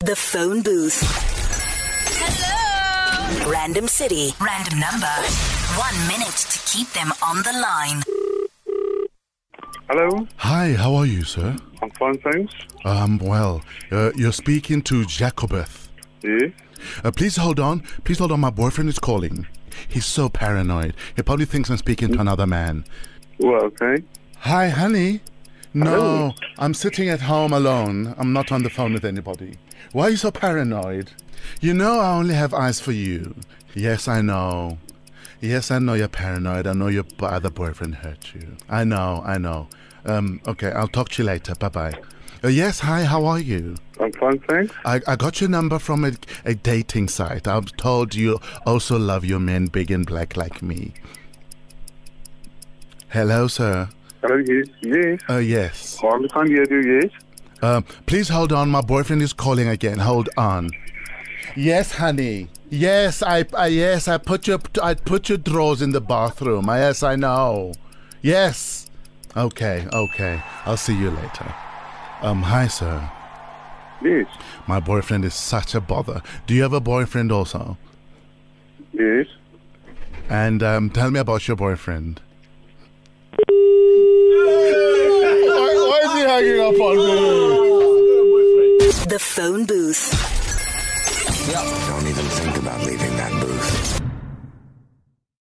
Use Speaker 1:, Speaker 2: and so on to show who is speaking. Speaker 1: The phone booth.
Speaker 2: Hello.
Speaker 1: Random city. Random number. One minute to keep them on the line.
Speaker 3: Hello,
Speaker 4: Hi, how are you, sir?
Speaker 3: I'm fine, thanks.
Speaker 4: Um, well, uh, you're speaking to Jacobeth.
Speaker 3: Yeah,
Speaker 4: Uh, please hold on. Please hold on. My boyfriend is calling. He's so paranoid. He probably thinks I'm speaking to another man.
Speaker 3: well, okay.
Speaker 4: Hi, honey. No, I'm sitting at home alone. I'm not on the phone with anybody. Why are you so paranoid? You know I only have eyes for you. Yes, I know. Yes, I know you're paranoid. I know your b- other boyfriend hurt you. I know, I know. Um, okay, I'll talk to you later. Bye bye. Uh, yes, hi, how are you?
Speaker 3: I'm fine, thanks.
Speaker 4: I, I got your number from a, a dating site. I'm told you also love your men big and black like me. Hello, sir.
Speaker 3: Hello, yes, yes.
Speaker 4: Uh, yes.
Speaker 3: I can't hear you, yes.
Speaker 4: Um, please hold on. My boyfriend is calling again. Hold on. Yes, honey. Yes, I, I yes, I put your I put your drawers in the bathroom. Ah, Yes, I know. Yes. Okay, okay. I'll see you later. Um, hi, sir.
Speaker 3: Yes,
Speaker 4: My boyfriend is such a bother. Do you have a boyfriend also?
Speaker 3: yes.
Speaker 4: And um, tell me about your boyfriend. why, why is he hanging up on me?
Speaker 1: The phone booth.
Speaker 5: Don't even think about leaving that booth.